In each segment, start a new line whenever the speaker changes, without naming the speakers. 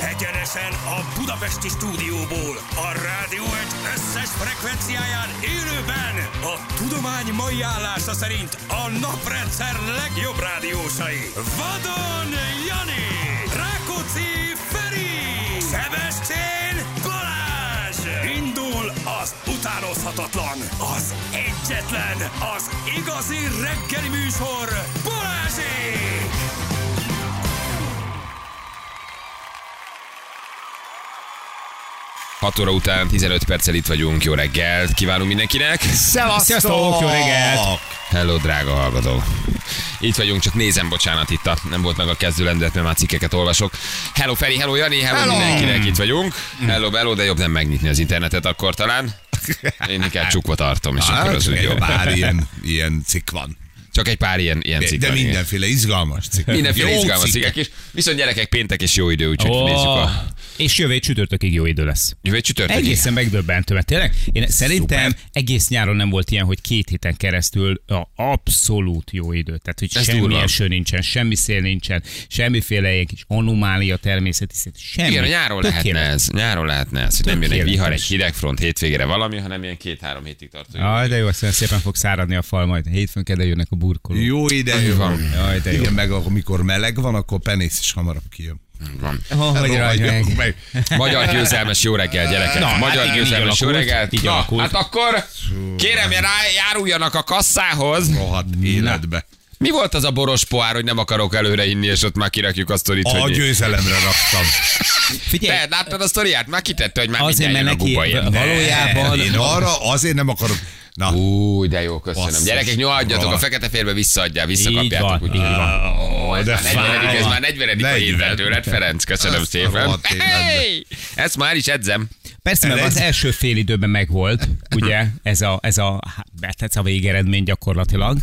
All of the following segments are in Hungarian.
Egyenesen a Budapesti stúdióból, a rádió egy összes frekvenciáján élőben, a tudomány mai állása szerint a naprendszer legjobb rádiósai. Vadon Jani, Rákóczi Feri, Sebestyén Balázs! Indul az utánozhatatlan, az egyetlen, az igazi reggeli műsor, Balázsék!
Hat óra után 15 perccel itt vagyunk. Jó reggelt kívánunk mindenkinek.
Szevasztok!
Sziasztok, jó reggelt! Hello, drága hallgató. Itt vagyunk, csak nézem, bocsánat, itt a, nem volt meg a kezdőlendet, mert már cikkeket olvasok. Hello Feri, hello Jani, hello,
Hello! Mm.
hello. mindenkinek, itt vagyunk. Hello, hello, de jobb nem megnyitni az internetet akkor talán. Én inkább csukva tartom, és
Hát,
akkor az
csak
úgy
egy
jó.
pár ilyen, ilyen cikk van.
Csak egy pár ilyen, ilyen
De,
cikk
de
van, igen.
mindenféle izgalmas cikk.
Mindenféle
Jó
izgalmas
cikkek.
cikkek is. Viszont gyerekek, péntek és jó idő, úgyhogy oh. nézzük a...
És jövő hét csütörtökig jó idő lesz.
Jövő csütörtökig.
Egészen megdöbbentő, mert tényleg én szerintem
Szuper.
egész nyáron nem volt ilyen, hogy két héten keresztül a abszolút jó idő. Tehát, hogy
Ez
Ez semmi
durva.
eső nincsen, semmi szél nincsen, semmiféle ilyen kis anomália természeti szét, semmi.
Igen, a nyáron
Tökéletes.
lehetne ez. Nyáron lehetne ez, hogy nem jön egy
Tökéletes.
vihar, egy hidegfront hétvégére valami, hanem ilyen két-három hétig tartó.
Aj, de jó, aztán szépen fog száradni a fal majd. Hétfőn kedden jönnek a burkolók.
Jó ide
van.
van.
Jaj, de jó.
Igen, meg amikor meleg van, akkor penész is hamarabb kijön.
Van.
Oh, hogy
Rohanjunk
rajta.
meg.
Magyar győzelmes jó reggel, gyerekek. Na, Magyar
hát igen,
győzelmes
így
jó
alakult,
reggel.
így
Na,
alakult.
hát akkor kérem, já- járuljanak a kasszához.
Rohadt életbe.
Mi volt az a boros poár, hogy nem akarok előre inni, és ott már kirakjuk a sztorit,
A
hogy...
győzelemre raktam.
Figyelj,
Te láttad a sztoriát? Már kitette, hogy már
azért,
mindjárt
mert
jön a
neki
guba ilyen.
valójában...
Én arra azért nem akarok. Na,
Új, de jó, köszönöm.
Basszus.
Gyerekek, nyolcadjatok, a
Rohadt.
fekete férbe visszaadjál,
Így van,
visszakapjátok.
így van.
Ó, ez,
de
már 40, ez
fáj.
már 40. a
40.
héten tőled, Ferenc, köszönöm
Azt a
szépen.
rohadt életbe.
Hey! Ezt már is edzem.
Persze, mert
Ez-
az első fél időben megvolt, ugye, ez a, ez a, hát, ez a végeredmény gyakorlatilag.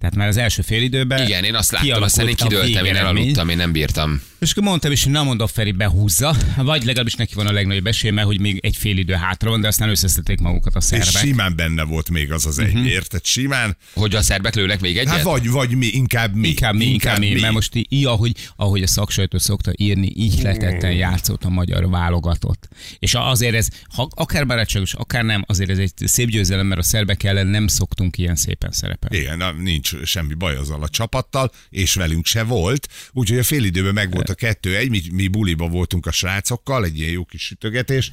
Tehát már az első fél időben
Igen, én azt láttam,
kialakult
aztán én
a
kidőltem, én
végeredmény.
elaludtam, én nem bírtam.
És akkor mondtam is, hogy na mondom, Feri behúzza, vagy legalábbis neki van a legnagyobb esélye, mert hogy még egy fél idő hátra van, de aztán összeszedték magukat a
és
szerbek.
simán benne volt még az az egy, érted? Simán.
Hogy a szerbek lőnek még egyet?
Hát vagy, vagy mi, inkább mi.
Inkább mi, inkább mi, mert most így, így, ahogy, ahogy a szaksajtó szokta írni, így letetten játszott a magyar válogatott. És a- azért ez, ha akár barátságos, akár nem, azért ez egy szép győzelem, mert a szerbek ellen nem szoktunk ilyen szépen szerepelni.
Igen, na, nincs semmi baj azzal a csapattal, és velünk se volt. Úgyhogy a fél időben meg volt a kettő egy, mi, mi buliba voltunk a srácokkal, egy ilyen jó kis sütögetés.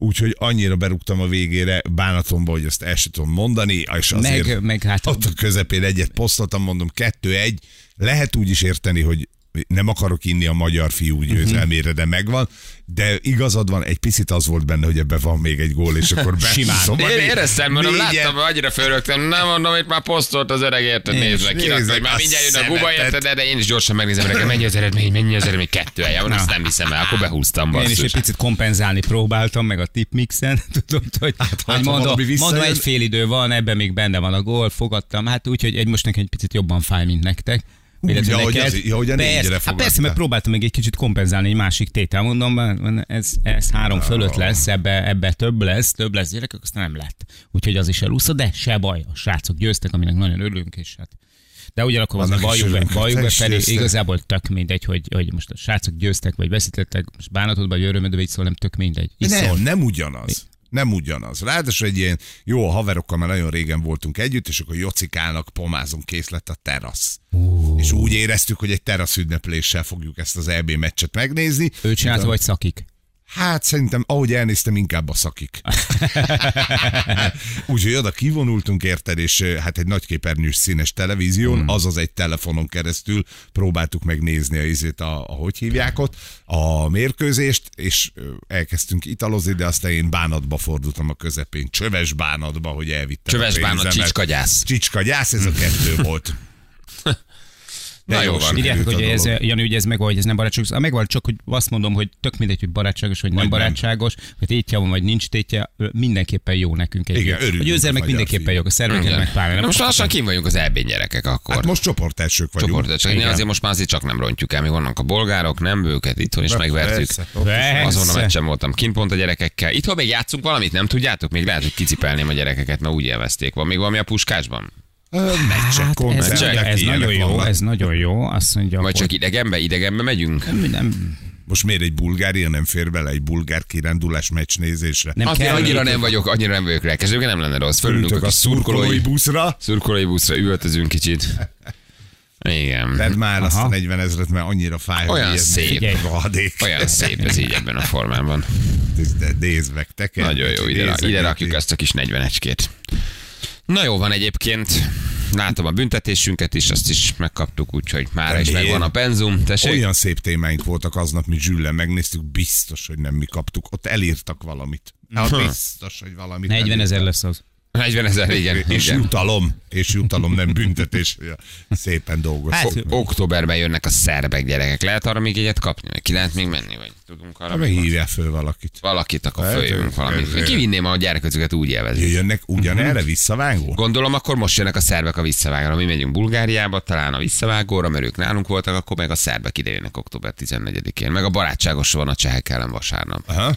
Úgyhogy annyira berúgtam a végére bánatomba, hogy azt el sem tudom mondani, és azért
Meg, meg hát
ott a közepén egyet posztoltam, mondom, kettő-egy. Lehet úgy is érteni, hogy nem akarok inni a magyar fiú győzelmére, de megvan, de igazad van, egy picit az volt benne, hogy ebben van még egy gól, és akkor be Szóval
Simán.
Én éreztem, mondom,
négyen-
láttam, hogy annyira fölögtem, nem mondom, itt már posztolt az öreg, érted, nézd meg,
nézd
kirakta,
meg
hogy már
a
mindjárt jön a guba,
szemetet.
érted, de- de én is gyorsan megnézem, nekem mennyi az eredmény, mennyi az eredmény, kettő el, mondom, azt nem hiszem el, akkor behúztam,
Én is
basszus.
egy picit kompenzálni próbáltam, meg a tipmixen, tudod, hogy, hát,
ha
hogy mondom,
valami visszajön-
mondom, egy fél idő van, ebben még benne van a gól, fogadtam, hát úgy, hogy egy, most nekem egy picit jobban fáj, mint nektek.
Úgy,
Illetve
ahogy
neked.
az- ja, hogy a négyre
persze, hát
fogadtál.
persze, mert próbáltam még egy kicsit kompenzálni egy másik tétel, mondom, ez, ez három fölött lesz, ebbe, ebbe több lesz, több lesz gyerekek, aztán nem lett. Úgyhogy az is elúszta, de se baj, a srácok győztek, aminek nagyon örülünk, és hát de ugyanakkor az
Annak is
valljuk be,
örülünk,
valljuk
te
be
is
felé,
győztél.
igazából tök mindegy, hogy, hogy most a srácok győztek, vagy veszítettek, most bánatodba, vagy örömödbe, vagy szól, nem tök mindegy.
Nem,
Iszol.
nem ugyanaz. Nem ugyanaz. Ráadásul egy ilyen jó a haverokkal, már nagyon régen voltunk együtt, és akkor jocikálnak, pomázunk, kész lett a terasz. Uh. És úgy éreztük, hogy egy terasz ünnepléssel fogjuk ezt az EB meccset megnézni.
Ő csinálta, vagy szakik.
Hát szerintem, ahogy elnéztem, inkább a szakik. Úgyhogy oda kivonultunk, érted, és eh, hát egy nagy képernyős színes televízión, hmm. azaz egy telefonon keresztül próbáltuk megnézni a izét, a, a hogy hívják ott, a mérkőzést, és eh, elkezdtünk italozni, de aztán én bánatba fordultam a közepén, csöves bánatba, hogy elvittem
Csöves
a
bánat,
pénzemet.
csicskagyász.
Csicskagyász, ez a kettő volt. De
Na jó
jól
van.
sikerült
Írjátok,
a
hogy ez,
dolog.
Jani, ugye ez meg, hogy ez nem barátságos. A megvan csak, hogy azt mondom, hogy tök mindegy, hogy barátságos, vagy nem
Vagy nem.
barátságos, vagy tétje van, vagy nincs tétje, ö, mindenképpen jó nekünk egy.
Igen,
A
örülünk a
győzelmek
magyar
mindenképpen
fiúk.
jók, a szerveknek meg pláne.
Na
nem
most
kapok
lassan
el.
kim vagyunk az EB gyerekek akkor.
Hát most csoportelsők vagyunk.
Csoport, csak
Igen.
azért most már azért csak nem rontjuk el, még vannak a bolgárok, nem őket, itthon is
Na,
megvertük.
persze.
Persze.
Azon a meccsen voltam kint pont a gyerekekkel. Itthon még játszunk valamit, nem tudjátok? Még lehet, hogy kicipelném a gyerekeket, mert úgy élvezték. Van még valami a puskásban?
Ö, Meccsek,
Hát ez,
koncertek,
ez
ilyenek
nagyon jó,
vannak.
ez nagyon jó. Azt mondja,
Vagy
hogy
csak idegenbe, idegenbe megyünk?
nem,
Most miért egy bulgária nem fér bele egy bulgár kirándulás meccs nézésre?
Nem
Azért
kell.
annyira nem vagyok, annyira nem vagyok rá. Kezdőként nem lenne rossz. Fölülünk a
Ültök a
kis szurkolói,
szurkolói buszra,
szurkolói buszra, üvöltözünk kicsit. Igen.
tedd már azt a 40 ezret, mert annyira fáj, hogy
Olyan
ilyen-
szép.
Figyelj, rohadék.
Olyan szép ez így ebben a formában.
De nézd meg, teker.
Nagyon jó, ide,
nézd
ide
meg,
rakjuk ezt a kis 41-két. Na jó van egyébként. Látom a büntetésünket is, azt is megkaptuk, úgyhogy már is
Miért?
megvan a penzum. Tessék?
Olyan szép témáink voltak aznap, mi Zsüllen megnéztük, biztos, hogy nem mi kaptuk. Ott elírtak valamit. Na,
Hm.
biztos, hogy valamit
40
elírtak.
ezer lesz az.
40 ezer, igen.
És
igen.
jutalom, és jutalom, nem büntetés. Ja, Szépen dolgoztunk.
Hát,
Hát,
Októberben jönnek a szerbek gyerekek. Lehet arra még egyet kapni? Vagy Ki lehet még menni? Vagy tudunk arra? még
hívja föl valakit.
Valakit, akkor
Lehet,
följövünk
hogy-
valamit.
persze.
Kivinném a gyerkőcöket úgy élvezni.
Jöjjönnek
Mhm.
ugyanerre visszavágó?
Gondolom, akkor most jönnek a szerbek a visszavágóra. Mi megyünk Bulgáriába, talán a visszavágóra, mert ők nálunk voltak, akkor meg a szerbek ide jönnek október 14-én. Meg a barátságos van a csehek ellen vasárnap.
Aha.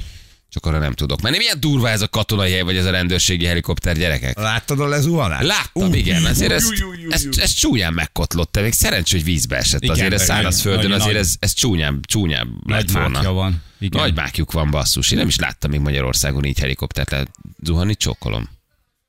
Csak arra nem tudok. Mert milyen durva ez a katonai hely, vagy ez a rendőrségi helikopter gyerekek.
Láttad a lezuhanást?
Láttam, igen, azért ezt,
ú, ú, ú, ú.
ezt, ezt csúnyán megkotlott, te még szerencsé, hogy vízbe esett. Azért ez
igen.
szárazföldön,
Nagyon
azért
nagy-
ez, ez csúnyább, csúnyább lett
Nagy márkja
volna.
van. Igen.
Nagy mákjuk van, basszus. Én nem is láttam még Magyarországon így helikoptert lehet zuhanni, csókolom.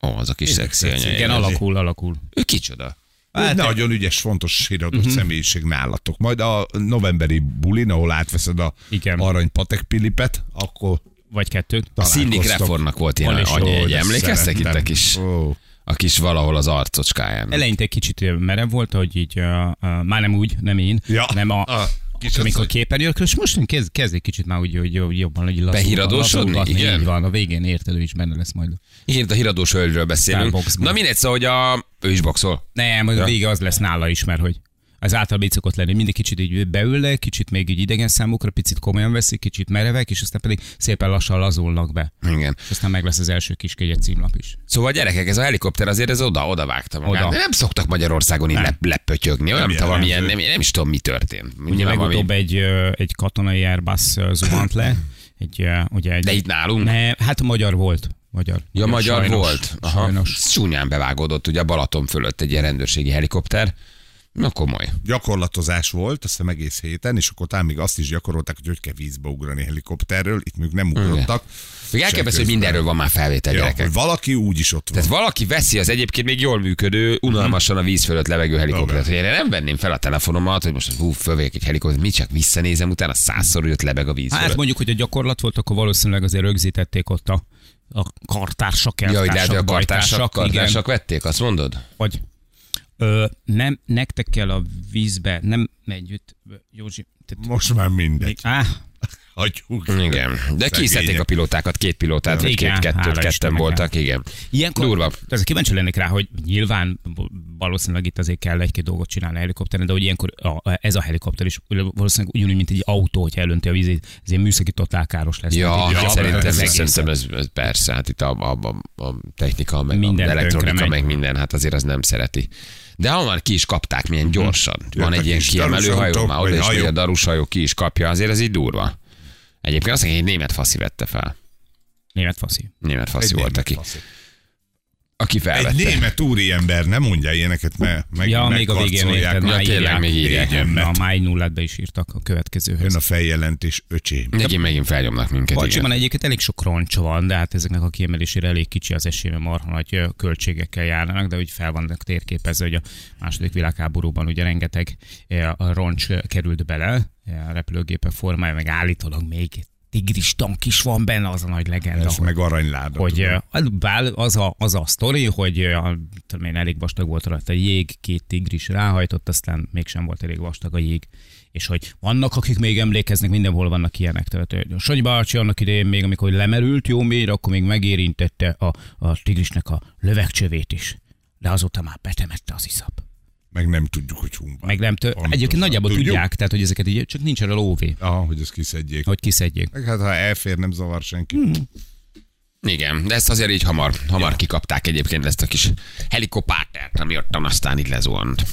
Ó, az a kis szexi
tetszik.
anya.
Igen, alakul, alakul.
Ő kicsoda?
Hát, nagyon ügyes, fontos híradó
Mhm.
uh-huh. személyiség nálatok. Majd a novemberi bulin, ahol átveszed a
Igen.
arany patek pilipet, akkor
Vagy kettőt.
A Cindy Crawfordnak volt ilyen
Van is
anya,
jó,
egy
de
emlékeztek itt a
Szerettem.
kis,
Ó,
a kis valahol az arcocskáján.
Eleinte egy kicsit merev volt, hogy így, uh, uh, már nem úgy, nem én,
Ja. Ah.
nem a,
A
a
kis
amikor
asszony.
képernyők, és most én kezd, kezd egy kicsit már úgy, hogy jobb- jobban, hogy lazul,
Behiradósodni?
lazulgatni.
Igen.
Így van, a végén érted, ő is benne lesz majd.
Igen, itt a híradós hölgyről beszélünk.
Starbucksban.
Na mindegy, szóval, hogy a... ő is boxol.
Nem, majd a vége az lesz nála is, mert hogy az általában így szokott lenni, mindig kicsit így beülnek, kicsit még így idegen számukra, picit komolyan veszik, kicsit merevek, és aztán pedig szépen lassan lazulnak be.
Igen.
És aztán meg lesz az első kiskegyet címlap is.
Szóval gyerekek, ez a helikopter azért ez oda-oda vágta magát. Oda.
Oda.
Nem szoktak Magyarországon így lep, lepötyögni, olyan, mint ha valamilyen, nem, nem is tudom, mi történt.
Ugye
Nyilván valami-
legutóbb egy, ö, egy katonai Airbus ö, zuhant le, egy, ö, ugye egy...
De itt nálunk?
Ne, hát a magyar volt. Magyar.
Ja, magyar
sajnos,
volt.
Aha. Sajnos.
Ez Csúnyán bevágódott ugye a Balaton fölött egy ilyen rendőrségi helikopter. Na komoly.
gyakorlatozás volt, azt hiszem egész héten, és akkor talán még azt is gyakorolták, hogy hogy kell vízbe ugrani helikopterről, itt még nem ugrottak.
Még elképesztő, hogy
Sem
mindenről van már felvétel,
közben. Ja,
gyerekek.
hogy valaki úgy is ott van.
Tehát valaki veszi az egyébként még jól működő, unalmasan a víz fölött levegő helikoptert. Hogy én nem venném fel a telefonomat, hogy most hú, fölvegyek egy helikoptert, mit csak visszanézem utána, százszor jött lebeg a víz
Hát
fölött.
mondjuk, hogy a gyakorlat volt, akkor valószínűleg azért rögzítették ott a, a kartársak,
Jaj, de hát
elvtársak,
a kartársak,
bajtársak, igen.
kartársak vették, azt mondod?
Vagy ö, nem, nektek kell a vízbe, nem együtt, ö, Józsi. Tehát,
Most már mindegy.
áh,
Hagyjuk.
Igen, de kiszedték a pilótákat, két pilótát, vagy
Igen,
két, kettőt,
hála
ketten
Istennek.
voltak, igen.
ilyenkor,
Durva.
Ez kíváncsi lennék rá, hogy nyilván valószínűleg itt azért kell egy-két dolgot csinálni a helikopteren, de hogy ilyenkor a, a- ez a helikopter is valószínűleg ugyanúgy, mint egy autó, hogyha elönti a vízét, ez ilyen műszaki totálkáros lesz.
Ja,
Tehát így
ja
az
szerintem,
egész-
ez, szerintem ez, ez, persze, hát itt a, a, a, a technika, meg minden
Minden
a elektronika,
tönkre megy.
meg minden, hát azért az nem szereti. De ha már ki is kapták, milyen gyorsan. Van egy ilyen
kis
kiemelő hajó,
darusautók,
már
vagy
oda is megy
hajók.
a darus hajó, ki is kapja, azért ez így durva. Egyébként azt mondják, hogy egy német faszi vette fel.
Német hát faszi.
Német faszi
Egy
volt,
német
aki,
faszi.
aki
Egy
felvette.
német úriember, nem mondja ilyeneket, mert meg,
Ja, még a végén
megkarcolják.
érted,
Ja,
már
tényleg,
írják.
még írják.
Igen,
Mert-
Na, a máj nullát be is írtak a következőhöz.
Jön a feljelentés, öcsém.
Neki megint felnyomnak minket, igen.
Pacsiban egyébként elég sok roncs van, de hát ezeknek a kiemelésére elég kicsi az esély, mert marha nagy ö, költségekkel járnának, de úgy fel vannak térképezve, hogy a második világháborúban ugye rengeteg ö, a roncs ö, került bele ö, a repülőgépek formája, meg állítólag még tigris tank is van benne, az a nagy legenda,
Ez
hogy
meg aranyláda.
hogy
tudod.
ö, hát bár az a, az a sztori, hogy ö, a- tudom én, elég vastag volt rajta a jég, két tigris ráhajtott, aztán mégsem volt elég vastag a jég. És hogy vannak, akik még emlékeznek, mindenhol vannak ilyenek. Tehát ö, Sanyi bácsi annak idején még, amikor lemerült jó mélyre, akkor még megérintette a, a tigrisnek a lövegcsövét is. De azóta már betemette az iszap.
Meg nem tudjuk, hogy humba.
Meg nem tő...
Pontosan.
Egyébként nagyjából
Tudjuk?
tudjuk. tudják, tehát hogy ezeket így, csak nincs erre lóvé,
Aha, hogy ezt kiszedjék.
hogy kiszedjék.
Meg hát, ha elfér, nem zavar senki.
Igen, de ezt azért így hamar, hamar ja. kikapták egyébként ezt a kis helikoptert, ami ottan aztán itt lezuhant.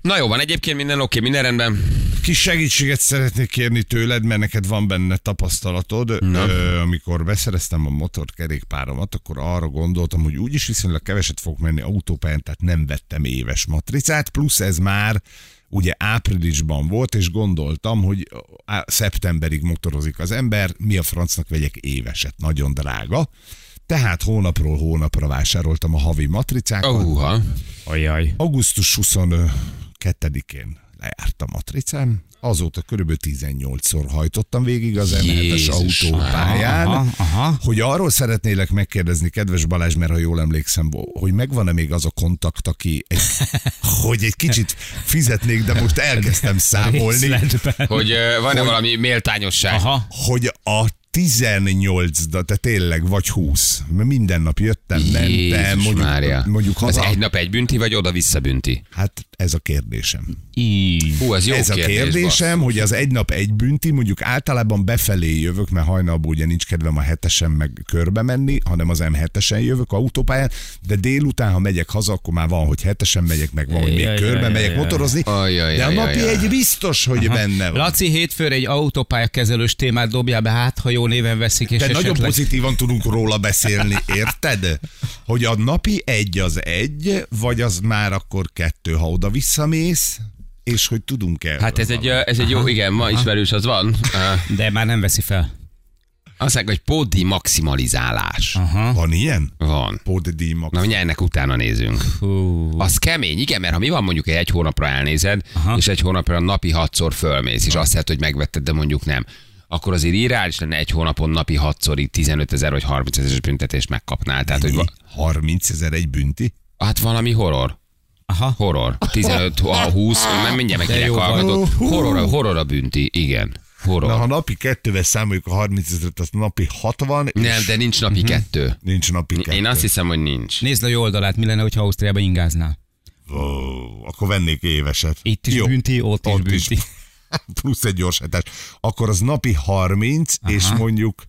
Na jó, van egyébként minden oké, minden rendben.
Kis segítséget szeretnék kérni tőled, mert neked van benne tapasztalatod. Ö, amikor beszereztem a motorkerékpáromat, akkor arra gondoltam, hogy úgyis viszonylag keveset fog menni autópályán, tehát nem vettem éves matricát, plusz ez már ugye áprilisban volt, és gondoltam, hogy á, szeptemberig motorozik az ember, mi a francnak vegyek éveset, nagyon drága. Tehát hónapról hónapra vásároltam a havi matricákat.
Ahúha.
Ajaj.
Augusztus 22-én lejárt a matricán, azóta kb. 18-szor hajtottam végig az M7-es
Jézus
autópályán,
Aha, aha.
hogy arról szeretnélek megkérdezni, kedves Balázs, mert ha jól emlékszem, hogy megvan-e még az a kontakt, aki egy, hogy egy kicsit fizetnék, de most elkezdtem számolni,
Részletben.
Hogy ö, van-e valami méltányosság?
Aha.
hogy a 18, de te tényleg, vagy 20. Mert minden nap jöttem, mentem,
Jézus
mondjuk,
Mária.
mondjuk haza.
Ez egy nap egy bünti, vagy oda-vissza bünti?
Hát ez a kérdésem.
Így.
Hú, ez jó
ez a
kérdés,
kérdésem, hogy az egy nap egy bünti, mondjuk általában befelé jövök, mert hajnalban ugye nincs kedvem a hetesen meg körbe menni, hanem az M7-esen jövök autópályán, de délután, ha megyek haza, akkor már van, hogy hetesen megyek, meg van, hogy még
Jaj, jaj,
körbe
jaj,
megyek
jaj.
motorozni,
Ajaj,
de a
ajaj,
napi
ajaj.
egy biztos, hogy benne van.
Laci hétfőre egy autópályakezelős témát dobjál be, hát ha jó néven veszik, és
De nagyon
esetleg...
pozitívan tudunk róla beszélni, érted? Hogy a napi egy az egy, vagy az már akkor kettő, ha oda visszamész, és hogy tudunk-e?
Hát ez egy, ö, ez egy jó, igen, ma ismerős az van. Ö,
De már nem veszi fel.
Azt mondják, hogy pódi maximalizálás.
Aha.
Van ilyen?
Van.
Póddíjmak.
Na, mindjárt ennek utána nézünk.
Hú.
Az kemény, igen, mert ha mi van mondjuk hogy egy hónapra elnézed, Aha.
Aha.
és egy hónapra napi hatszor fölmész, és azt lehet, hogy megvetted, de mondjuk nem, akkor azért irális lenne egy hónapon napi hatszorig 15 ezer vagy 30 ezer büntetést megkapnál. Tehát, hogy va-
30 ezer egy bünti?
hát valami horror.
Aha.
Horror. 15, a 20, nem mindjárt meg hívják
jó van.
hallgatók. Horror, a- horror a bünti, igen. Horror.
Na, ha napi kettővel számoljuk a 30 ezeret, az napi 60, és
nem, de nincs
Mhm.
napi kettő.
nincs napi kettő.
Én azt hiszem, hogy nincs.
Nézd a jó oldalát, mi lenne, hogyha Ausztriába ingáznál.
Ó, akkor vennék éveset.
Itt is
Jó.
bünti, ott is
Ott is.
bünti.
Plusz egy gyorsítás. Akkor az napi 30, Aha. és mondjuk,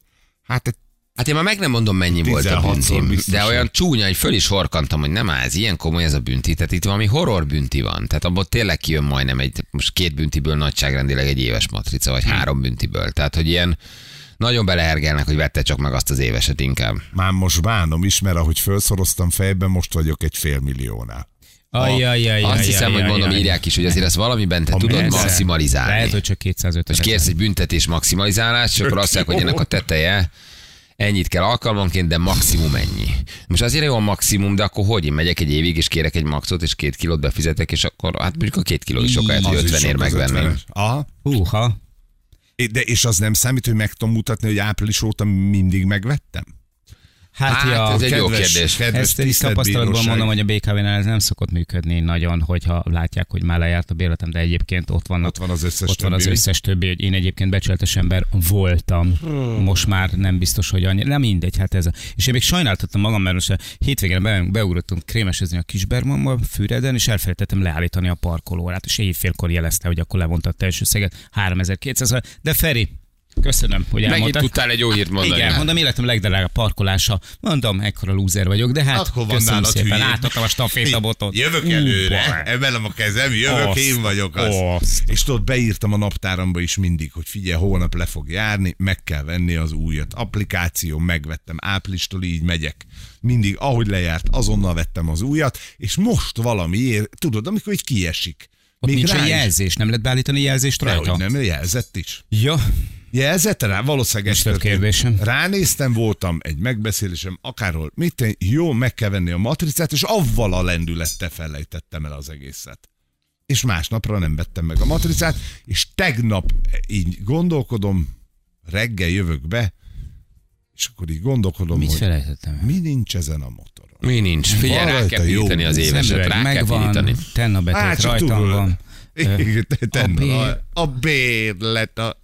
hát egy
Hát én már meg nem mondom, mennyi volt a
16-szor
büntim,
biztos,
de
hogy-
olyan csúnya, hogy föl is horkantam, hogy nem áll, ez ilyen komoly ez a bünti. Tehát itt valami horror bünti van. Tehát abból tényleg kijön majdnem egy, most két büntiből nagyságrendileg egy éves matrica, vagy három büntiből. Tehát, hogy ilyen nagyon belehergelnek, hogy vette csak meg azt az éveset inkább.
már most bánom is, mert ahogy felszoroztam fejben, most vagyok egy félmilliónál.
Ajajajaj.
Azt hiszem, hogy mondom, írják is, hogy azért ezt valamiben te tudod
persze.
maximalizálni.
Lehet, hogy csak 250
És kérsz egy büntetés maximalizálást, és akkor azt mondják, hogy ennek a teteje ennyit kell alkalmanként, de maximum ennyi. Most azért jó a maximum, de akkor hogy? Én megyek egy évig, és kérek egy maxot, és két kilót befizetek, és akkor hát mondjuk a két kiló is sokáig, hogy
Az is
50 ér
sok az
megvenni.
50-es. Aha.
Húha.
É, De és az nem számít, hogy meg tudom mutatni, hogy április óta mindig megvettem?
Hát,
Hát,
ja,
ez egy jó
Kedves-
kérdés.
Kedves
Ezt is
tisztelt
tapasztalatban
bíróság.
mondom, hogy a BKV-nál ez nem szokott működni nagyon, hogyha látják, hogy már lejárt a béletem, de egyébként ott vannak.
Ott van az összes
Ott van az
többi.
összes többi, hogy én egyébként becsületes ember voltam.
Hmm.
Most már nem biztos, hogy annyi. Nem mindegy, hát ez a... És én még sajnáltattam magam, mert most a hétvégén be, beugrottunk krémesezni a Kisbermanba, Füreden, és elfelejtettem leállítani a parkolórát, és éjfélkor jelezte, hogy akkor levonta a teljes összeget 3200 De Feri, köszönöm, hogy
Megint
elmondtad.
tudtál egy jó hírt mondani.
Igen,
Hát.
mondom, életem legdrágább parkolása. Mondom, ekkora lúzer vagyok, de hát
Akkor van
köszönöm
nálad
szépen,
hülyéd.
átadtam a stafétabotot.
Jövök előre, emelem a kezem, jövök,
Azt,
én vagyok az.
azt.
És tudod, beírtam a naptáramba is mindig, hogy figyelj, holnap le fog járni, meg kell venni az újat. Applikáció, megvettem áprilistól, így megyek. Mindig, ahogy lejárt, azonnal vettem az újat, és most valamiért, tudod, amikor így kiesik.
Ott nincs
rá
egy
is-
jelzés, nem lehet beállítani jelzést
Dehogy
rajta?
nem, jelzett is.
Ja,
Jelzett rá? Valószínűleg ez
több
történt.
kérdésem.
Ránéztem, voltam egy megbeszélésem, akárhol. Mit én, jó, meg kell venni a matricát, és avval a lendülettel felejtettem el az egészet. És másnapra nem vettem meg a matricát, és tegnap így gondolkodom, reggel jövök be, és akkor így gondolkodom,
mit
hogy
felejtettem?
mi nincs ezen a motoron.
Mi nincs? Figyelj,
Van
rá
rajta
kell
jó
pirítani az éveset,
Szemüveg
rá kell pirítani.
megvan, tennabetét
Á,
hát,
csak
rajtam
tudod.
van.
Igen, te- te-
bér-
A bérlet, a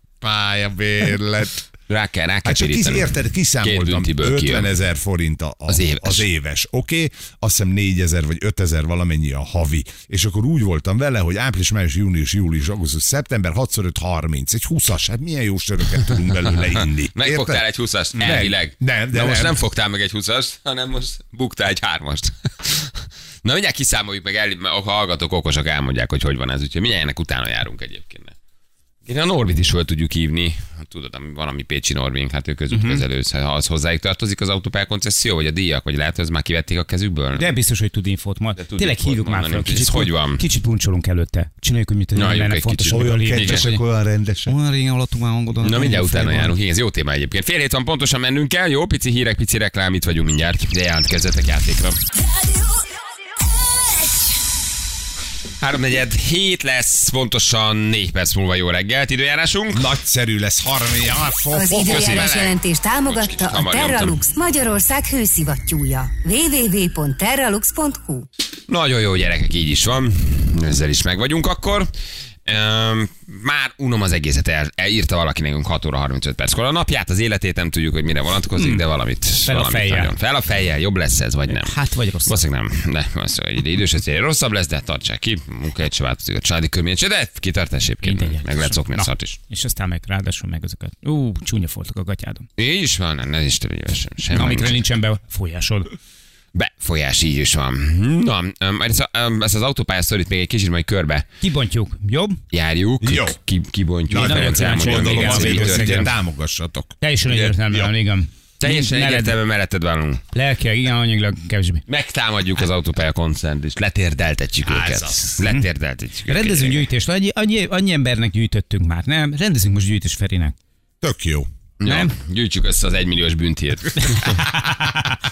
pályabérlet.
Rá kell, rá kell
Hát csak kis,
pirítani.
érted,
Két
kiszámoltam,
büntiből
50
kijön.
ezer forint a, a,
Az
az
éves.
éves. Az éves. Oké, okay? azt hiszem 4 ezer vagy 5 ezer valamennyi a havi. És akkor úgy voltam vele, hogy április, május, június, július, augusztus, szeptember, 6 5 30 egy 20-as, hát milyen jó söröket tudunk belőle inni.
Megfogtál
Érted?
egy 20-ast, elvileg.
nem, de
Na most
nem.
nem fogtál meg egy 20-ast, hanem most buktál egy 3-ast. Na mindjárt kiszámoljuk meg, el, mert a hallgatók okosak elmondják, hogy hogy van ez, úgyhogy mindjárt ennek utána járunk egyébként. Én a Norbit is föl tudjuk hívni. Tudod, ami- van, ami Pécsi Norvink, hát ő közük
Mhm.
uh-huh. kezelő, ha az hozzájuk tartozik az autópálya koncesszió, vagy a díjak, vagy lehet, hogy ezt már kivették a kezükből?
De biztos, hogy tud infót majd.
tud
Tényleg
infót
hívjuk már
mondani,
fel.
hogy ez hogy van.
Kicsit puncsolunk előtte. Csináljuk, hogy mit
Na,
lenne
jó,
lenne
egy
fontos.
kicsit.
Olyan lényeg.
kettesek,
olyan rendesek.
Olyan régen alattunk már hangodon.
Na mindjárt utána
Fejben.
járunk. Igen, ez jó téma egyébként. Fél hét van, pontosan mennünk kell. Jó, pici hírek, pici reklám, itt vagyunk mindjárt. De jelentkezzetek játékra. Háromnegyed hét lesz, pontosan négy perc múlva jó reggelt időjárásunk.
Nagyszerű lesz, Ah, 36 fok.
Az
meleg.
időjárás jelentés
Bocs,
támogatta
kicsit
a
hamar nyomtam.
Terralux Magyarország hőszivattyúja. www.terralux.hu
Nagyon jó gyerekek, így is van. Ezzel is meg vagyunk akkor. Öm, már unom az egészet, el, elírta valaki nekünk 6 óra 35 perckor a napját, az életét nem tudjuk, hogy mire vonatkozik, de valamit.
Hmm. a
valamit
fejjel.
nagyon. Fel a fejjel, jobb lesz ez, vagy nem.
Hát vagy rossz.
Valószínűleg nem, de valószínűleg egy idős, ez rosszabb lesz, de tartsák ki, munkahelyet se változik, a családi körülmények se, de kitartás
Mindegy,
egyébként meg lehet szokni a
Na.
szart is.
És aztán meg ráadásul meg ezeket. Ú, csúnya foltok a gatyádon.
Így is van, nem, ez is több sem. semmi
Amikre
nincs.
nincsen be, folyásod.
Befolyás így is van. Na, öm, ezt, a- öm, ezt az autópályasztorit még egy kicsit majd körbe
Kibontjuk, jobb?
járjuk,
Jó.
Ki, kibontjuk,
Nagy
Ferenc
kíváncsi
elmondja,
vagyok,
még
Gondolom
igen,
egyszer
azért,
igen,
hogy
időt.
szegyen
igen.
támogassatok.
Teljesen
Ugye?
egyértelműen,
Ja.
igen.
Teljesen
Meled-
egyértelműen melletted válunk.
Lelkileg, igen, anyagilag kevésbé.
Megtámadjuk az autópálya koncert, és letérdeltetjük
Á, ez
őket.
az.
Letérdeltetjük őket.
Rendezünk gyűjtést, annyi, annyi, annyi embernek gyűjtöttünk már, nem? Rendezünk most gyűjtést Ferinek.
Tök jó.
Ja,
nem?
gyűjtsük össze az egymilliós büntírt.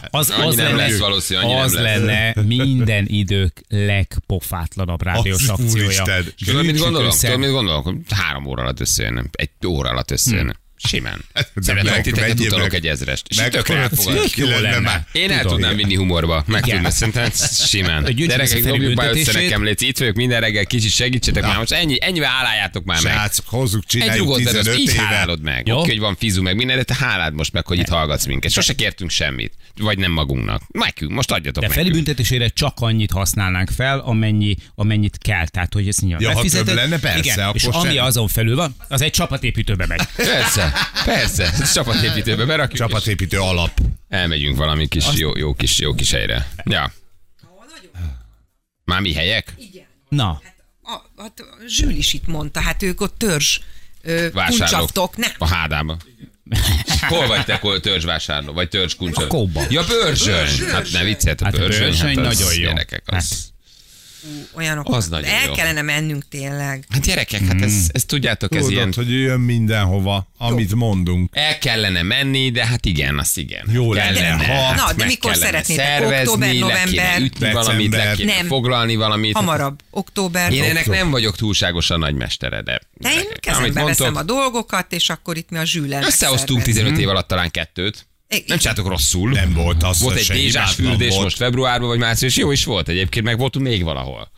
Az,
Annyi nem lesz valószínű, annyi nem
az
lesz.
lenne minden idők legpofátlanabb rádiós
Az
akciója.
Úristen.
Gyűjtsük
Tudod, mit gondolom?
össze.
Tudod, mit gondolom? Hogy Három óra alatt összejönnem. Egy óra alatt összejönnem. Simán. Szeretlek
meg-
titeket,
menjél
utalok
meg.
egy ezrest. És
Meg-
így tökre elfogadok.
Tök jó
Jó
lenne
lenne.
már.
Én el
Tudom.
tudnám vinni humorba. Meg
Igen.
tudnám, szerintem simán.
Hogy gyűjtsük
Gyerekek,
össze Feri
dobjuk már össze
büntetését.
nekem, légy itt vagyok minden reggel, kicsit segítsetek már. Most ennyi, ennyivel hálájátok már meg.
Srácok, hozzuk,
Egy
csináljuk
nyugodt ezt
15
így
éve.
hálálod meg. Oké,
Jó?
hogy van fizu meg minden, de te hálád most meg, hogy itt hallgatsz minket. Sose kértünk semmit. Vagy nem magunknak. Nekünk, most adjatok
De Feri
nekünk.
büntetésére csak annyit használnánk fel, amennyi, amennyit kell. Tehát, hogy ezt nyilván
Ja, ha
megfizeted.
több lenne, persze,
Igen,
akkor
és ami
semmi.
azon felül van, az egy csapatépítőbe megy.
Persze, persze. Ez Csapatépítőbe berakjuk. és
Csapatépítő alap.
Elmegyünk valami kis, jó, jó, kis, jó kis helyre. Ja. Már mi helyek?
Na,
A, hát a Zsűl is itt mondta, hát ők ott törzs ö,
Vásárlók.
kuncsaftok, ne?
A hádába. Hol vagy te, hol törzsvásárló? Vagy törzskuncsaftok?
A kóba.
Ja, börzsöny. Hát ne viccelt, a
Hát a
börzsöny.
börzsöny
hát az
nagyon jó.
Gyerekek, az.
Olyanok.
Az nagyon
El
jó.
kellene mennünk tényleg.
Hát gyerekek, hát ez, ez tudjátok, ez ilyen
Tudod, hogy jön mindenhova, amit mondunk.
El kellene menni, de hát igen, az igen.
Jó lenne,
kellene.
ha.
hát
Na, de
meg
mikor
kellene
szeretnétek?
Szervezni,
Október,
le kéne
november?
ütni valamit, le
December.
kéne
Nem.
foglalni valamit.
Hamarabb, október.
Én ennek nem vagyok túlságosan nagymestere, de...
De én
Amit
kezembe veszem
mondtok,
a dolgokat, és akkor itt mi a zsűlen
Hát Összehoztunk
Mhm.
15 év alatt talán kettőt.
I-
Nem csináltok rosszul.
Nem volt az,
Volt egy
se
dézsás
hibátlan
fürdés
volt.
most februárban vagy március, jó is volt egyébként, meg voltunk még valahol.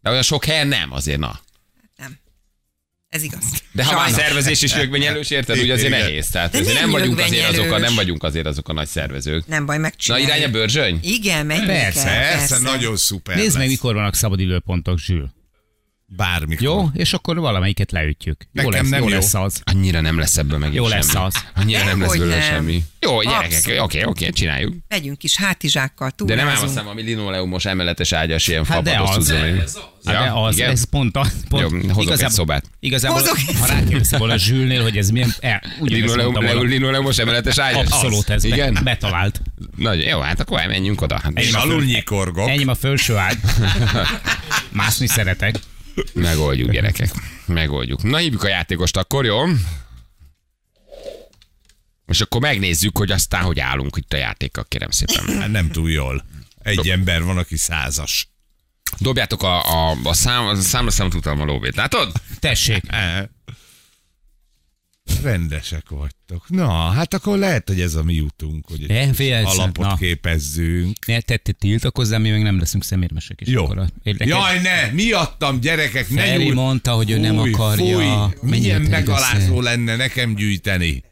De olyan sok helyen nem, azért na.
Ez igaz.
De ha már
Sajnos.
szervezés is nyögvenyelős, érted, ugye azért
Igen.
nehéz. Tehát
De
azért
nem
nem vagyunk azért
nyögvenyelős.
azok a, nem vagyunk azért azok a nagy szervezők.
Nem baj,
Na
megcsináljuk.
irány a börzsöny?
Igen, menjünk
Persze,
el,
Persze, nagyon szuper
nézd meg,
lesz.
mikor vannak szabad időpontok, Zsül.
Bármikor.
Jó? És akkor valamelyiket leütjük. Jó
Nekem
lesz,
nem
jó,
jó.
lesz az.
Annyira nem lesz ebből megint
Jó
semmi.
lesz az.
Annyira nem lesz
Dehogy
belőle
nem.
semmi. Jó, gyerekek, oké,
Abszolút.
oké, csináljuk.
Megyünk kis hátizsákkal túl.
De nem álmoztam, ami linoleumos emeletes ágyas ilyen
Hát de
fapados
az.
tudom én.
Ja, de az,
igen?
ez pont a... Pont,
Jó, hozok egy szobát.
Igazából,
Hozok egy
ha rákérdezte volna Zsülnél, hogy ez milyen... E, ugyanezt
Linoleum,
mondta volna.
linoleumos emeletes ágyas.
Abszolút ez
Igen?
be, betalált.
Nagyon jó, hát akkor elmenjünk oda. Hát,
Én
Egy-
alul nyikorgok.
Enyém a felső ágy. Mászni szeretek.
megoldjuk, gyerekek. Megoldjuk. Na, hívjuk a játékost akkor, jó? És akkor megnézzük, hogy aztán hogy állunk itt a játékkal, kérem szépen.
Hát nem túl jól. Egy ember van, aki százas.
Dobjátok a, a, a, szám, a számra számot utalma lóvét, látod?
Tessék.
Rendesek vagytok. Na, hát akkor lehet, hogy ez a mi jutunk, hogy egy
Ne, félsz,
alapot
na.
képezzünk.
Ne tette tiltakozzál, mi meg nem leszünk szemérmesek is.
Jó.
Akkor a- érdekes.
Jaj, ne, miattam, gyerekek, ne
Feri
nyújj.
mondta, hogy ő nem akarja.
Fúj,
Menjél
milyen
te
megalázó
össze.
lenne nekem gyűjteni.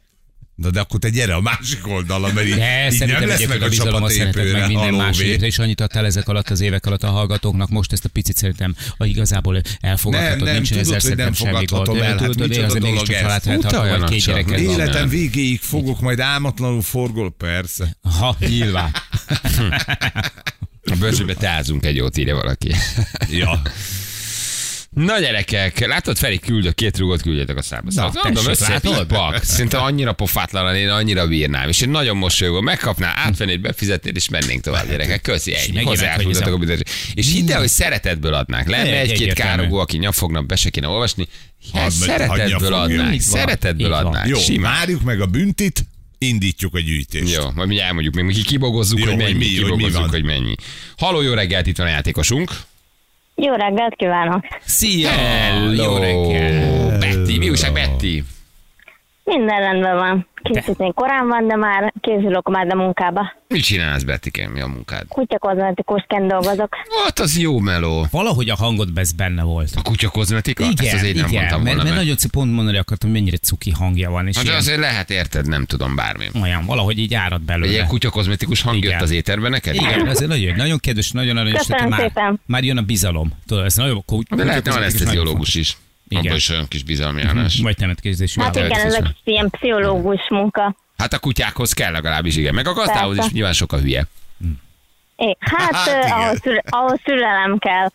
Na de akkor te gyere a másik oldalra, mert így,
De
így
szerintem
nem lesz
egyébként
meg
a
a
bizalom, a szeretet,
csapatépőre
meg minden más
halóvé.
évre, és annyit adtál ezek alatt az évek alatt a hallgatóknak, most ezt a picit szerintem a igazából elfogadhatod,
Nem, nem,
nincsen
tudod,
ezzel
hogy nem
szerintem semmi
fogadhatom
gond.
el, hát
Tudod,
micsoda
azért
dolog
mégiscsak
ez.
család lehet, ha
Utaljanak
vagy két
csak.
gyereked van.
Élet-
Életem
Nem.
végéig fogok majd álmatlanul forgol, persze.
Ha, nyilván. Hát,
A bőrzsőbe tázunk egy jót, írja valaki.
Ja.
Na gyerekek, látod, Feri küldök, két rugót küldjetek a számba. Na, mondom,
tessék, látod?
összepak. Szinte annyira pofátlan, én annyira bírnám. És én nagyon mosolyogom, megkapnál, átvennéd, befizetnéd, és mennénk tovább, gyerekek. Köszi, ennyi.
megint
Hozzájárultatok a
meghozzám.
bizottság. És hidd el, hogy szeretetből adnák. Lenne
Egy-
egy-két
egyértelmű.
károgó, aki nyafogna, be se kéne olvasni. Hát,
Hadd megy, hagyja
szeretetből
fogja.
adnák.
Így
van,
Szeretetből
így van.
adnák.
Jó,
Simán.
várjuk meg a büntit, indítjuk a gyűjtést.
Jó, majd mi elmondjuk, még mi kibogozzuk,
Jó,
hogy
hogy
mennyi,
mi, hogy mi
kibogozzuk,
van.
hogy mennyi. Haló, jó reggelt, itt van a játékosunk.
Jó reggelt kívánok!
Szia!
Hello.
Jó reggel!
Betty, mi újság Betty?
Minden rendben van. Kicsit még korán van, de már készülök már a munkába.
Mit csinálsz, Bettikém, mi a munkád?
Kutyakozmetikusként dolgozok.
Volt az jó meló.
Valahogy a hangod ez benne volt.
A kutya kozmetika? Ezt azért nem mondtam
mert,
volna
mert
meg.
nagyon c- pont mondani akartam, hogy mennyire cuki hangja van, és
Hát de
ilyen,
azért lehet, érted, nem tudom, bármi.
olyan, valahogy így árad
Egy ilyen
belőle.
kutya kozmetikus hang
Igen.
jött az éterbe neked?
Igen, azért nagyon, nagyon kedves, nagyon aranyos,
Köszönöm
tehát már,
szépen.
már jön a bizalom. Tudod, ez nagyon kutya.
De lehetne anesteziológus is.
Igen. Mhm.
Abban is olyan kis bizalmiállás.
Vagy temetkezési
Hát
Jó,
igen, ez
köszönöm.
egy ilyen pszichológus munka.
Hát a kutyákhoz kell legalábbis, igen. Meg a gazdához is
Persze.
nyilván sok a hülye.
É, hát,
Hát
ö,
igen.
ahhoz, szüle, ahhoz szülelem kell.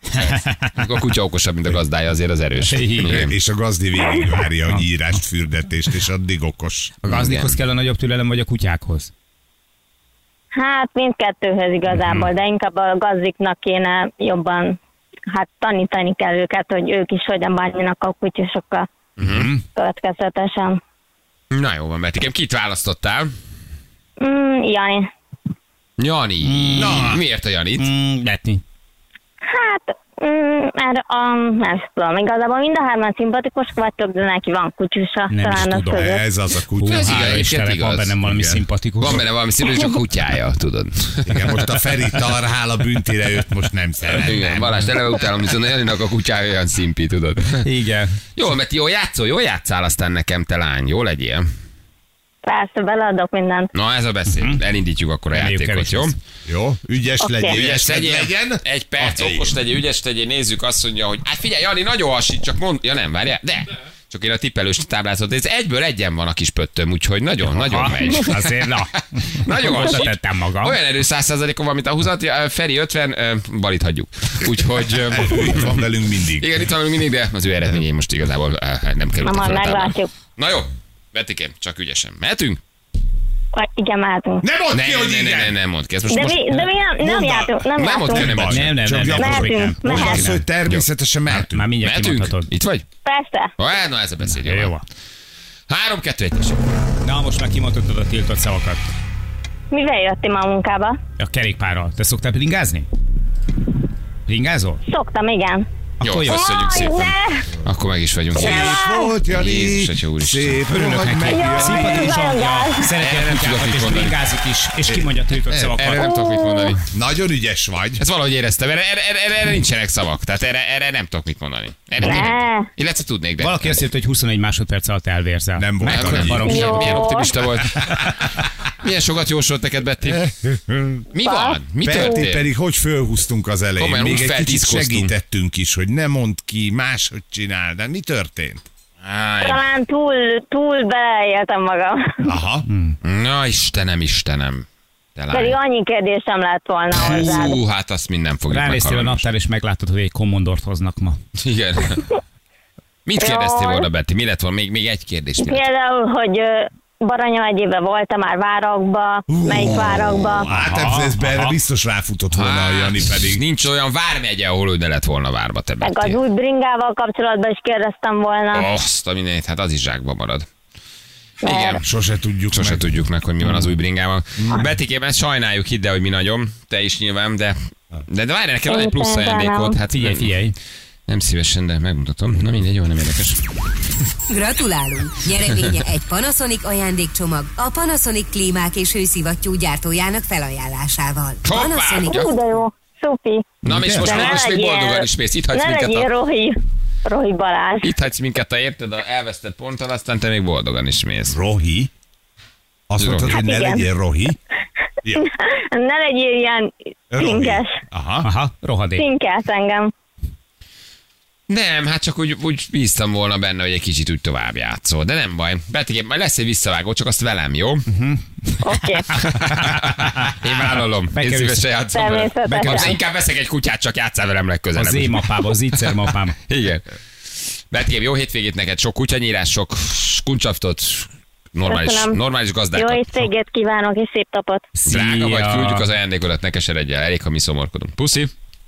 A kutya okosabb, mint a gazdája, azért az erős.
Igen.
És a gazdi végig várja a nyírást, fürdetést, és addig okos.
A gazdikhoz
Igen.
kell a nagyobb türelem, vagy a kutyákhoz?
Hát mindkettőhöz igazából, de inkább a gazdiknak kéne jobban hát tanítani kell őket, hogy ők is hogyan bánjanak a kutyusokkal
Mhm.
következetesen.
Na jó van, Bettikem, kit választottál?
Mm, Jani,
Jani. Na. Miért a Janit?
Mm, Betty.
hát mm, mert a, nem tudom, igazából mind a hárman szimpatikus vagytok, de neki van kutyusa,
Nem is
talán az
tudom.
között.
Ez az a
Hú,
kutya.
Ez
hála
igen,
Istennek,
igaz.
van bennem valami
Igen.
szimpatikus.
Van benne valami színű, csak a kutyája, tudod.
Igen, most a Feri tarhál a büntire, őt most nem
Igen,
szeretném.
Balázs, eleve utálom, viszont a Janinak a kutyája olyan szimpi, tudod.
Igen.
Jó, mert jó játszol, jó játszál aztán nekem, te lány, jó legyél.
Persze, beleadok mindent.
Na, ez a
Mhm.
beszél. Elindítjuk akkor a
Reméljük,
játékot,
kevés
jó?
lesz.
Jó, ügyes
Oké.
legyen,
Ügyes
ügyes
legyél,
legyen.
egy perc,
Oké.
okos legyél, ügyes legyél, nézzük, azt mondja, hogy hát figyelj, Jani, nagyon hasít, csak mond, ja nem, várjál, de. Csak én a tippelős táblázat, ez egyből egyen van a kis pöttöm, úgyhogy nagyon, nagyon megy.
Azért, na.
Nagyon
Oda
hasít.
tettem magam.
Olyan erő 100%-on van, mint a húzat, ja, Feri 50, ö, balit hagyjuk. Úgyhogy... ö,
eh, Itt van velünk mindig.
Igen, itt van mindig, de az ő eredményén most igazából ö, nem került
Na,
a
majd
feladatba.
meglátjuk.
Na jó, vetikém, csak ügyesen. Mehetünk?
Vagy Igen, mehetünk.
Ne mondd
Ne,
ki, hogy
ne, ne, ne,
igen!
nem mondd ki. Ezt most,
De
most
mi, de mi nem, nem
mondd a-
jártunk, nem,
nem ott kell, nem
jártunk.
Baj.
mehet.
Nem, nem,
Csak
nem, nem,
gyakorolj.
nem, hogy nem.
Mehetünk,
Mondd azt,
mehetünk.
hogy természetesen mehetünk.
Már mindjárt
Mehetünk?
kimondhatod.
Itt vagy?
Persze.
Ah, na ez a beszéd.
Jó,
Jó,
jó.
van. Három, kettő, egy. és-
Na, most már kimondhatod a tiltott szavakat.
Mivel jöttem a munkába?
A kerékpárral. Te szoktál ringázni? Ringázol?
Szoktam, igen.
Jó,
Akkor jó.
köszönjük
Aj,
szépen.
ne!
Akkor meg is vagyunk.
Szép volt, Jani!
Jézus, Atya úristen.
Szép,
Örülök
rohadt
neki.
meg!
Szimpatikus
Jaj,
hangja.
jaj.
Szereti
Erre
a
nem tudok
kutyákat,
mit
és
mondani.
ringázik is, és kimondja a tiltott
Erre
szavakat.
nem tudok mit mondani.
Nagyon ügyes vagy.
Ezt valahogy éreztem, erre, erre, erre, erre nincsenek szavak, tehát erre, erre nem tudok mit mondani. Erre
Ne.
tényleg. Illetve tudnék, de...
Valaki azt írta, hogy 21 másodperc alatt elvérzel.
Nem volt
Mekkora
annyi.
barom,
Jó.
Hát, milyen, milyen optimista volt. Milyen sokat jósolt neked, Betty? Mi van? Mi
Peti
történt?
pedig hogy fölhúztunk az elején.
Komolyan,
Még
úgy
egy kicsit
feltiszkoztunk.
segítettünk is, hogy ne mondd ki, máshogy csinál, de mi történt?
Áj.
Talán túl, túl beleéltem magam.
Aha.
Hmm. Na, Istenem, Istenem. Te lány.
Pedig annyi kérdésem lett volna hozzá.
Hú, hát azt mind nem fogjuk
Ránéztél a
meghallani.
naptár, és meglátod, hogy egy kommandort hoznak ma.
Igen. Mit kérdeztél
Jaj.
volna, Betty? Mi lett volna? Még, még egy kérdés. Mi lett?
Például, hogy ö, Baranya megyébe voltam már várakba, melyik várakba.
Hát ez, ez be, erre biztos ráfutott volna a
Hát.
Jani pedig.
Nincs olyan vármegye, ahol ő ne lett volna várva, te
Meg az
Betty.
új bringával kapcsolatban is kérdeztem volna.
Azt a mindenit, hát az is zsákba marad.
Mert-
Igen.
Sose tudjuk
Sose
meg.
tudjuk meg, hogy mi van az új bringával. Betikém, ezt sajnáljuk, hidd el, hogy mi nagyon, te is nyilván, de de, de várj nekem van egy
Én
plusz
sajnálom.
ajándékot. Hát
Figyelj,
nem-
figyelj.
Nem szívesen, de megmutatom. Na mindegy, jó, nem érdekes.
Gratulálunk! Nyereménye egy Panasonic ajándékcsomag a Panasonic klímák és hőszivattyú gyártójának felajánlásával.
Hoppá!
Panasonic.
Hú, de jó. Szupi.
Na, és most,
De ne
most még
legyél-
boldogan is mész. Itt hagysz
Ne
minket
legyél
a...
Rohi, Rohi Balázs.
Itt hagysz minket a érted, a elvesztett ponttal, aztán te még boldogan is mész.
Rohi? Azt mondtad,
Rohi.
hogy ne
Hát igen.
legyél Rohi? Ja.
Ne legyél ilyen
Rohi.
cinkes.
Aha.
Aha, rohadék.
Cinkelt engem.
Nem, hát csak úgy, úgy bíztam volna benne, hogy egy kicsit úgy tovább játszol. De nem baj. Betegébb, majd lesz egy visszavágó, csak azt velem, jó?
Oké,
Én vállalom. Én
Bekerülsz.
szívesen játszom velem.
természetesen.
Inkább veszek egy kutyát, csak játszál velem
Az én
legközelebb.
mapám, az ígyszer mapám.
Igen. Betegébb, jó hétvégét neked, sok kutyanyírás, sok kuncsaftot, normális,
Köszönöm.
normális
Jó
gazdákat.
hétvégét kívánok, és szép napot.
Drága vagy,
Szia.
küldjük az ajándékodat, ne keseredj el, elég, ha mi szomorkodunk. Puszi!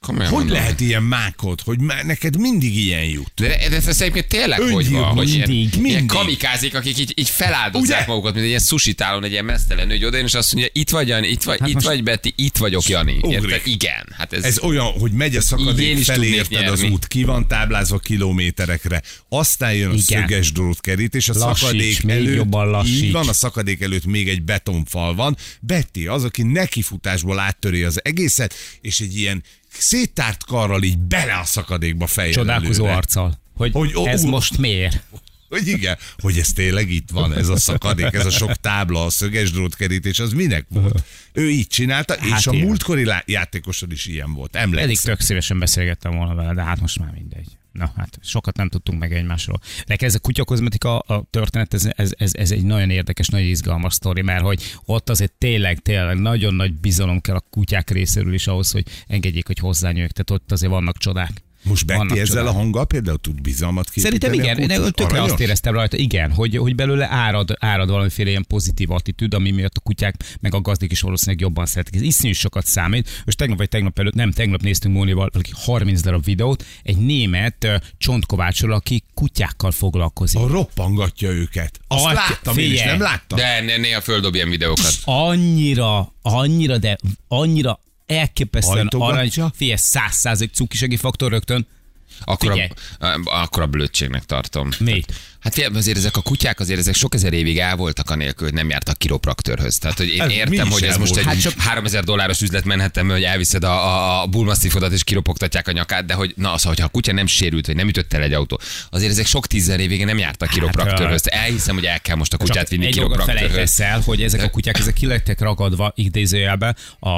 Komolyan
Hogy
mondom.
lehet ilyen mákod, hogy már neked mindig ilyen jut?
De, de ez ez egyébként tényleg hogy
Öngyilkos.
van, hogy ilyen,
Mindig,
ilyen
mindig.
kamikázik, akik így, így feláldozzák
Ugye?
magukat, mint egy ilyen susitálon, egy ilyen mesztelen nő, oda és azt mondja, itt vagy Jani, itt vagy,
Hát
itt
most-
vagy Betty, itt vagyok Jani.
Ugrik.
Érted? Igen. Hát ez,
Ez olyan, hogy megy a
Így én
szakadék,
is tudnék
felérted az
nyerni.
út, ki van táblázva kilométerekre, aztán jön a
Igen.
szöges drótkerít, és a
Lassíts,
szakadék
még
előtt,
jobban lassíts.
így van, a szakadék előtt még egy betonfal van. Betty az, aki nekifutásból áttöri az egészet, és egy ilyen széttárt karral így bele a szakadékba fejjel
Csodálkozó
előre.
arccal. Hogy,
Hogy, ó,
ez
ú.
most miért?
Hogy igen, hogy ez tényleg itt van, ez a szakadék, ez a sok tábla, a szöges drótkerítés, az minek volt? Ő így csinálta,
Hát
és a
ilyen.
múltkori lá- játékoson is ilyen volt,
Eddig
emlékszem.
tök szívesen beszélgettem volna vele, de hát most már mindegy. Na hát, sokat nem tudtunk meg egymásról. Nekem ez a kutyakozmetika a történet, ez, ez, ez, ez, egy nagyon érdekes, nagyon izgalmas sztori, mert hogy ott azért tényleg, tényleg nagyon nagy bizalom kell a kutyák részéről is ahhoz, hogy engedjék, hogy hozzányők. Tehát ott azért vannak csodák.
Most
Vannak
Betty ezzel
csodák.
a hanggal például tud bizalmat képíteni?
Szerintem
a
igen,
kutya?
de tökre
Aranyos?
azt éreztem rajta, igen, hogy, hogy belőle árad, árad valamiféle ilyen pozitív attitűd, ami miatt a kutyák meg a gazdik is valószínűleg jobban szeretik. Ez iszonyú sokat számít. Most tegnap vagy tegnap előtt, nem, tegnap néztünk Mónival valaki 30 darab videót, egy német uh, csontkovácsról, aki kutyákkal foglalkozik.
A roppangatja őket. Azt
Atya,
láttam én is,
figyelj.
nem láttam?
de né- néha földob ilyen videókat.
Annyira, annyira, de annyira elképesztően
Hajtogatja?
arany, figyelj, száz százalék cukisegi faktor rögtön.
Akkor
Figyelj.
a, a, akkor a blödségnek tartom.
Mit?
Hát figyelj, azért ezek a kutyák azért ezek sok ezer évig el voltak anélkül, hogy nem jártak kiropraktörhöz. Tehát, hogy én
Ez mi
értem,
is
hogy ez
el
most egy
volt.
hát csak 3000 dolláros üzlet menhetem, hogy elviszed a, a, a bulmasztifodat és kiropogtatják a nyakát, de hogy na, az, hogyha a kutya nem sérült, vagy nem ütött el egy autó, azért ezek sok tízzer évig nem jártak kiropraktörhöz. Tehát Elhiszem, hogy el kell most a kutyát
Csak
vinni
egy dolgot
kiropraktörhöz.
felejtesz el, hogy ezek a kutyák ezek ki lettek ragadva idézőjelbe a,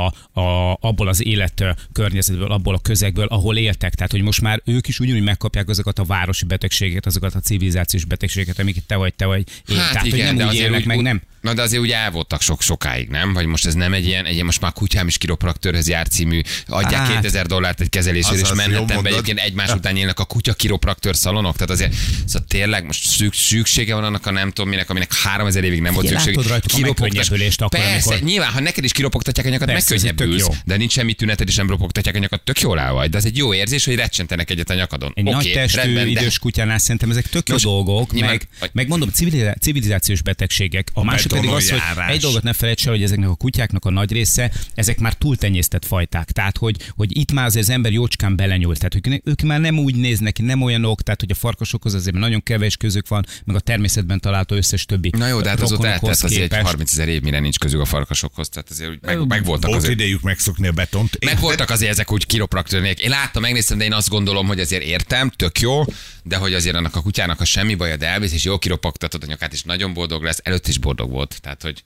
a, abból az élet ö, környezetből, abból a közegből, ahol éltek. Tehát, hogy most már ők is ugyanúgy megkapják azokat a városi betegségeket, azokat a civilizációs betegségeket, amiket te vagy, te vagy. Én.
Hát
Tehát,
igen,
hogy
de
nem úgy
azért
élnek
úgy-
meg, nem.
Na de azért úgy el voltak sok sokáig, nem? Vagy most ez nem egy ilyen, egy ilyen most már kutyám is kiropraktörhöz jár című, adják
Hát.
2000 dollárt egy kezelésért,
Az-
és
az jó
menhetem be
mondod.
egyébként egymás után élnek a kutya kiropraktör szalonok. Tehát azért, szóval tényleg most szük, szüksége van annak a nem tudom minek, aminek 3000 évig nem volt
Igen,
szükség.
látod rajtuk a
Kiropogtatás-
megkönnyebbülést akkor,
Persze,
amikor-
nyilván, ha neked is kiropogtatják a nyakat,
Persze, ez így
megkönnyebbülsz,
tök jó.
de nincs semmi tüneted, és nem ropogtatják a nyakat, tök jól áll vagy. De az egy jó érzés, hogy recsentenek egyet a nyakadon.
Egy
Oké,
okay, nagy testű,
rendben, de-
idős kutyánál szerintem ezek tök jó
Nos,
dolgok,
nyilván-
meg, meg mondom, civiliza- civilizációs betegségek. A másik pedig az, hogy
betonjárás.
egy dolgot ne felejts el, hogy ezeknek a kutyáknak a nagy része, ezek már túltenyésztett fajták. Tehát, hogy, hogy itt már azért az ember jócskán belenyúlt. Tehát, hogy ne- ők már nem úgy néznek ki, nem olyanok, tehát, hogy a farkasokhoz azért nagyon kevés közük van, meg a természetben található összes többi.
Na jó, de hát azóta
rokonokhoz
eltelt azért egy
képest.
30 ezer év, mire nincs közük a farkasokhoz, tehát azért úgy meg, meg voltak
Volt
azért.
idejük megszokni a betont.
Meg
Érted?
voltak azért ezek úgy kiropraktőrnék. Én láttam, megnéztem, de én azt gondolom, hogy azért értem, tök jó, de hogy azért annak a kutyának, ha semmi baja, de elvész, és jó kiropaktatod a nyakát, és nagyon boldog lesz, előtt is boldog volt. Tehát, hogy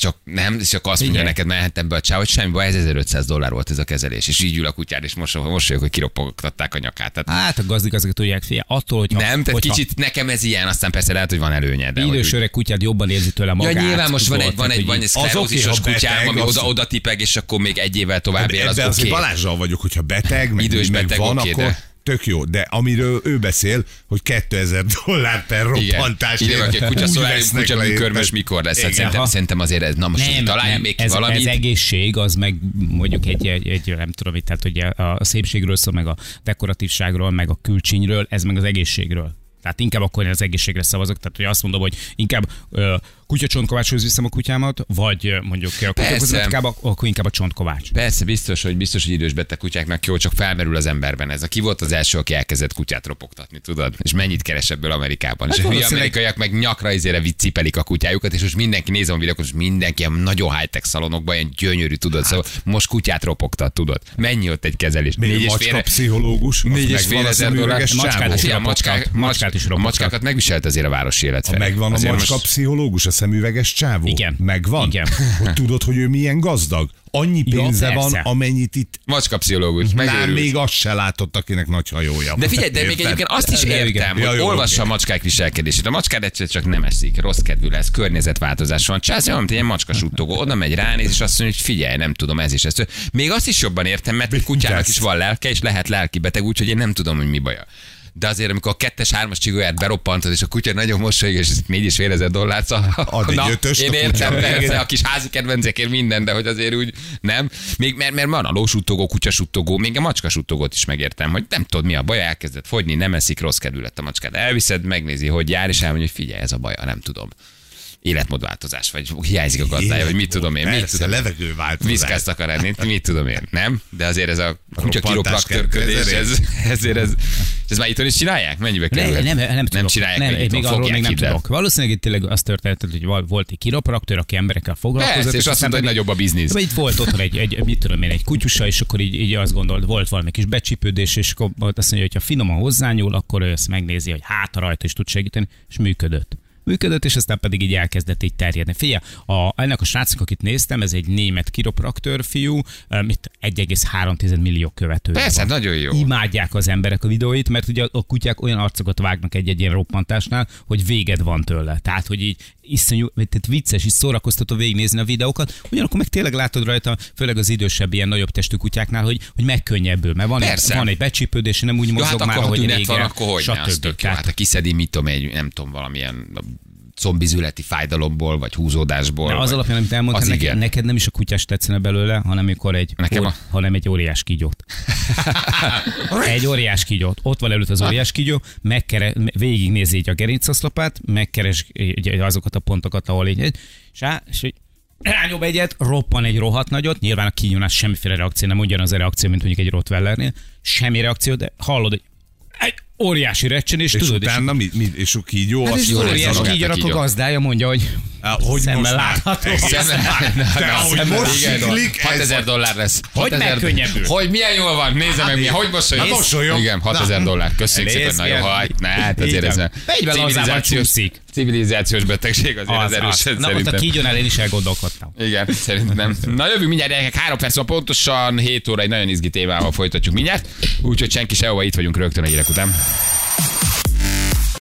csak nem, csak azt mondja
Igen.
neked, mehet ebbe a csáv, hogy semmi baj, ez 1500 dollár volt ez a kezelés, és így ül a kutyád, és mosolyog, mosolyog hogy kiropogtatták a nyakát. Tehát
Hát a gazdik azok tudják, fia, attól, hogy
nem, tehát kicsit nekem ez ilyen, aztán persze lehet, hogy van előnye. De hogy
Idős
úgy-
öreg kutyád jobban érzi tőle magát.
Ja, nyilván most van
tudod,
egy, van
tehát,
egy, van
hogy így-
egy
Az
szklerózisos
oké, ha
kutyám,
beteg,
ami
az-
oda, oda tipeg, és akkor még egy évvel tovább él, az
Ebben Hát azért
oké.
Balázsral vagyok, hogyha beteg, meg,
Idős
meg
beteg,
van,
oké,
akkor
de-
tök jó. De amiről ő beszél, hogy 2000 dollár per
Igen,
roppantás.
ide van, hogy egy kutya
Úgy
szolárium,
vesznek
kutya
le,
műkörmös
érted?
mikor lesz. Hát
Igen.
szerintem,
Aha.
szerintem azért ez, na most
Nem,
találjunk
nem,
még ki
ez, ez
valamit.
egészség, az meg mondjuk egy, egy, egy, nem tudom, itt, tehát hogy a, a szépségről szól, meg a dekoratívságról, meg a külcsínyről, ez meg az egészségről. Tehát inkább akkor én az egészségre szavazok, tehát hogy azt mondom, hogy inkább ö, kutyacsontkovácshoz viszem a kutyámat, vagy ö, mondjuk a kutyakozmetikába, akkor inkább a csontkovács.
Persze, biztos, hogy biztos, hogy idős beteg kutyáknak jó, csak felmerül az emberben ez. A ki volt az első, aki elkezdett kutyát ropogtatni, tudod? És mennyit keres ebből Amerikában? és a hülye
valószínűleg-
amerikaiak meg nyakra izére cipelik a kutyájukat, és most mindenki nézem a videókat, és mindenki ilyen nagyon high-tech szalonokban ilyen gyönyörű, tudod? Szóval most kutyát ropogtat, tudod? Mennyi ott egy kezelés?
Még
Négy és
macska
fél-
pszichológus, az
Négy és
megvan
fél
a
ezer dollár.
szemüveges
Macskát
csávó.
is
Hát ilyen
ropogtat.
macskák,
Macskát is
a
ropogtat.
macskákat megviselt azért a városi élet.
Ha
Feri.
megvan a
Azért
macska
most-
pszichológus a szemüveges csávó?
Igen.
Megvan?
Igen.
Hogy tudod, hogy ő milyen gazdag? Annyi
Ja,
pénze van,
persze.
amennyit itt
Macska pszichológus,
Már
megőrült.
még azt se látott, akinek nagy hajója van.
De figyelj, de még
Érted?
egyébként azt is
De igen.
értem,
Ja,
hogy
jó,
olvassa a
oké.
macskák viselkedését. A macskád egyszer csak nem eszik, rossz kedvű lesz, környezetváltozás van. Csász, olyan, mint egy ilyen macska suttogó, oda megy, ránéz, és azt mondja, hogy figyelj, nem tudom, ez is ez. Még azt is jobban értem, mert egy kutyának is van lelke, és lehet lelki beteg, úgyhogy én nem tudom, hogy mi baja. De azért, amikor a kettes, hármas csigolyát beroppantod, és a kutya nagyon mosolyog, és négy és fél ezer dollár, szóval,
Ad egy ötöst
én
a
értem,
kutya.
persze,
Igen.
a kis házi kedvencekért minden, de hogy azért úgy nem. Még mert, mert van a lósuttogó, kutyasuttogó, még a macskasuttogót is megértem, hogy nem tudod mi a baj, elkezdett fogyni, nem eszik, rossz kedvű lett a macskát. Elviszed, megnézi, hogy jár, és elmondja, hogy figyelj, ez a baja, nem tudom. Életmódváltozás, vagy hiányzik a gazdája, vagy mit tudom én, mit
Persze,
tudom.
levegőváltozás.
Viszkázt akar enni, mit tudom én, nem? De azért ez a kutya
Roppantás
kiropraktörködés,
kedvező.
ez, ezért ez, ez már itthon is csinálják? Mennyibe
Ne,
kerül?
nem, nem, nem,
nem
tudok.
csinálják,
nem,
mert
még,
itthon
még arról
fogják,
még nem
hidd el.
tudok. Valószínűleg itt tényleg az történt, hogy val- volt egy kiropraktőr, aki emberekkel foglalkozott.
Persze, és azt mondta, hogy nagyobb a biznisz.
Vagy itt volt otthon egy, egy, mit tudom én, egy kutyusa, és akkor így, így azt gondolt, volt valami kis becsípődés, és akkor volt azt mondja, hogy ha finoman hozzányúl, akkor ő ezt megnézi, hogy hát rajta is tud segíteni, és működött. Működött, és aztán pedig így elkezdett így terjedni. Figyelj, a, ennek a srácnak, akit néztem, ez egy német kiropraktőr fiú, em, itt 1,3 millió követője
Persze, hát
van
nagyon jó.
imádják az emberek a videóit, mert ugye a kutyák olyan arcokat vágnak egy-egy ilyen roppantásnál, hogy véged van tőle. Tehát, hogy így iszonyú, tehát vicces és szórakoztató végignézni a videókat, ugyanakkor meg tényleg látod rajta, főleg az idősebb, ilyen nagyobb testű kutyáknál, hogy, hogy megkönnyebbül, mert van, egy,
Persze.
van egy becsípődés, nem úgy
Jó,
mozog
hát
már,
akkor, ha
ahogy
tünet
régen,
van, akkor hogy ne, az
stb.
tök jó.
Tehát
Hát ha kiszedi, mit tudom, egy, nem tudom, valamilyen combizületi fájdalomból, vagy húzódásból.
De az
vagy-
alapján, amit
az
elmondtál, neked,
igen.
neked nem is a kutyás tetszene belőle, hanem mikor egy,
Nekem
óri,
a-
hanem egy óriás kígyót. egy óriás kígyót. Ott van előtt az óriás kígyó, megkere, végignézi így a gerincaszlapát, megkeres így azokat a pontokat, ahol így, és, á, és így rányom egyet, roppan egy rohadt nagyot, nyilván a kígyónás semmiféle reakció, nem ugyanaz a reakció, mint mondjuk egy Rottweilernél, semmi reakció, de hallod, hogy egy óriási recsenés,
És
tudod, és
utána mi, mi, és úgy így jó,
Hát
azt
és
jó
az
lesz
óriás
dolog.
kígyónak a
Kígyó.
gazdája mondja, hogy,
Á, hogy
szemmel
most már?
látható.
Szemmel- Na, na,
ahogy
szemmel-
most
igen,
siklik, ez-
6000 dollár lesz.
Hogy Hát
6000
megkönnyebbül?
Hogy milyen jól van, nézze meg, mi, hogy mosolyog.
Na, mosolyog.
Igen, 6000
Na.
dollár, köszönjük
Nézd,
szépen, nagyon
igen.
hajt. Na, hát azért
Így
ez
van.
nem.
Megy vele hozzá, vagy
Civilizációs-
csúszik.
Civilizációs betegség azért az, erősen
Na, ott a
szerintem.
kígyónál én is elgondolkodtam.
Igen, szerintem. Na jövő mindjárt gyerekek, három perc van pontosan, 7 óra egy nagyon izgi témával folytatjuk mindjárt, úgyhogy senki sehova, itt vagyunk rögtön a hírek után.